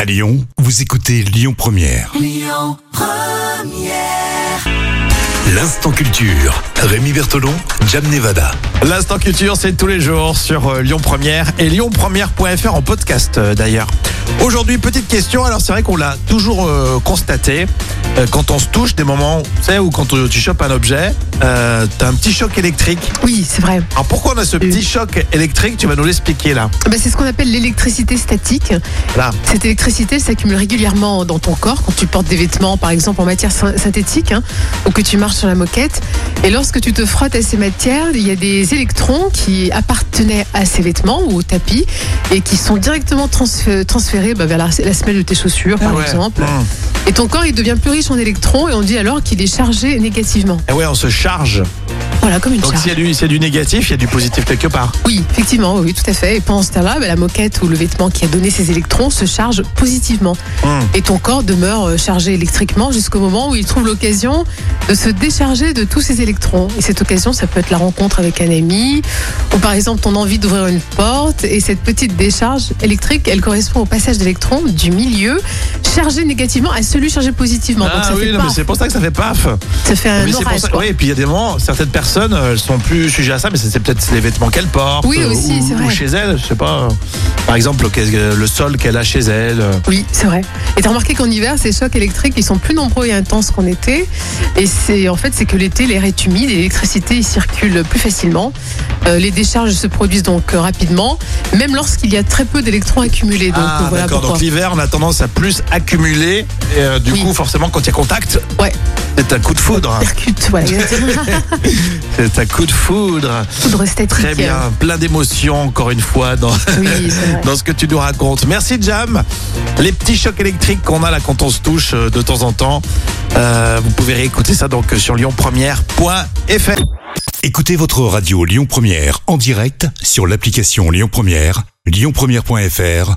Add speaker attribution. Speaker 1: À Lyon, vous écoutez Lyon Première. L'instant culture. Rémi Bertolon, Jam Nevada.
Speaker 2: L'instant culture, c'est tous les jours sur euh, Lyon Première et lyonpremière.fr en podcast euh, d'ailleurs. Aujourd'hui, petite question. Alors c'est vrai qu'on l'a toujours euh, constaté. euh, quand on se touche, des moments, tu sais, ou quand euh, tu chopes un objet, euh, t'as un petit choc électrique.
Speaker 3: Oui, c'est vrai.
Speaker 2: Alors pourquoi on a
Speaker 3: Mm.
Speaker 2: ce petit choc électrique Tu vas nous l'expliquer là.
Speaker 3: Ah ben, c'est ce qu'on appelle l'électricité statique.
Speaker 2: Là.
Speaker 3: Cette électricité, elle s'accumule régulièrement dans ton corps quand tu portes des vêtements, par exemple en matière syn- synthétique, hein, ou que tu marches sur la moquette. Et lorsque tu te frottes à ces matières, il y a des électrons qui appartenaient à ces vêtements ou au tapis et qui sont directement transfé- transférés bah, vers la, la semelle de tes chaussures, par
Speaker 2: Ouais.
Speaker 3: exemple.
Speaker 2: Mmh.
Speaker 3: Et ton corps, il devient plus riche en électrons et on dit alors qu'il est chargé négativement.
Speaker 2: Et Eh ouais, on se charge.
Speaker 3: Voilà, comme une
Speaker 2: Donc
Speaker 3: charge.
Speaker 2: s'il y, a du- s'il y a du négatif, il y a du positif quelque part.
Speaker 3: Oui, effectivement, oui, tout à fait. Et pendant ce temps-là, bah, la moquette ou le vêtement qui a donné ses électrons se charge positivement.
Speaker 2: Mmh.
Speaker 3: Et ton corps demeure euh, chargé électriquement jusqu'au moment où il trouve l'occasion de se décharger de tous ses électrons. Et cette occasion, ça peut être la rencontre avec un ami, ou par exemple ton envie d'ouvrir une porte. Et cette petite décharge électrique, elle correspond au passage d'électrons du milieu chargé négativement à celui chargé positivement. Donc
Speaker 2: Ah
Speaker 3: ça,
Speaker 2: oui,
Speaker 3: fait
Speaker 2: non,
Speaker 3: paf,
Speaker 2: mais c'est pour ça que ça fait paf.
Speaker 3: ça fait un
Speaker 2: Oui, c'est pour
Speaker 3: orage.
Speaker 2: ça-
Speaker 3: Euh, quoi.
Speaker 2: Oui, et puis il y a des moments, certaines personnes, euh, elles sont plus sujettes à ça, mais c'est c'est peut-être les vêtements qu'elles portent.
Speaker 3: Oui,
Speaker 2: euh,
Speaker 3: aussi,
Speaker 2: ou,
Speaker 3: c'est
Speaker 2: ou
Speaker 3: vrai.
Speaker 2: chez elles, je sais pas. euh, Par exemple, qu'est-ce que- le sol qu'elle a chez elle. euh.
Speaker 3: Oui, c'est vrai. Et t'as remarqué qu'en hiver, ces chocs électriques, ils sont plus nombreux et intenses qu'en été. Et c'est en fait, c'est que l'été, l'air est humide et l'électricité y circule plus facilement. Euh, les décharges se produisent donc euh, rapidement, même lorsqu'il y a très peu d'électrons accumulés. Donc
Speaker 2: ah,
Speaker 3: euh, voilà
Speaker 2: d'accord.
Speaker 3: pourquoi.
Speaker 2: Donc l'hiver, on a tendance à plus accumuler. Et euh, du
Speaker 3: Oui.
Speaker 2: coup, forcément, quand il y a contact,
Speaker 3: Ouais.
Speaker 2: c'est un coup de foudre. hein.
Speaker 3: Percute, voilà, exactement.
Speaker 2: C'est un coup de foudre.
Speaker 3: Poudre statique.
Speaker 2: Très bien. Plein d'émotions, encore une fois, dans,
Speaker 3: Oui, c'est vrai.
Speaker 2: dans ce que tu nous racontes. Merci Jam. Les petits chocs électriques qu'on a là quand on se touche euh, de temps en temps, euh, vous pouvez réécouter ça donc euh, sur lyonpremière.fr.
Speaker 1: Écoutez votre radio Lyon Première en direct sur l'application Lyon Première, lyonpremière.fr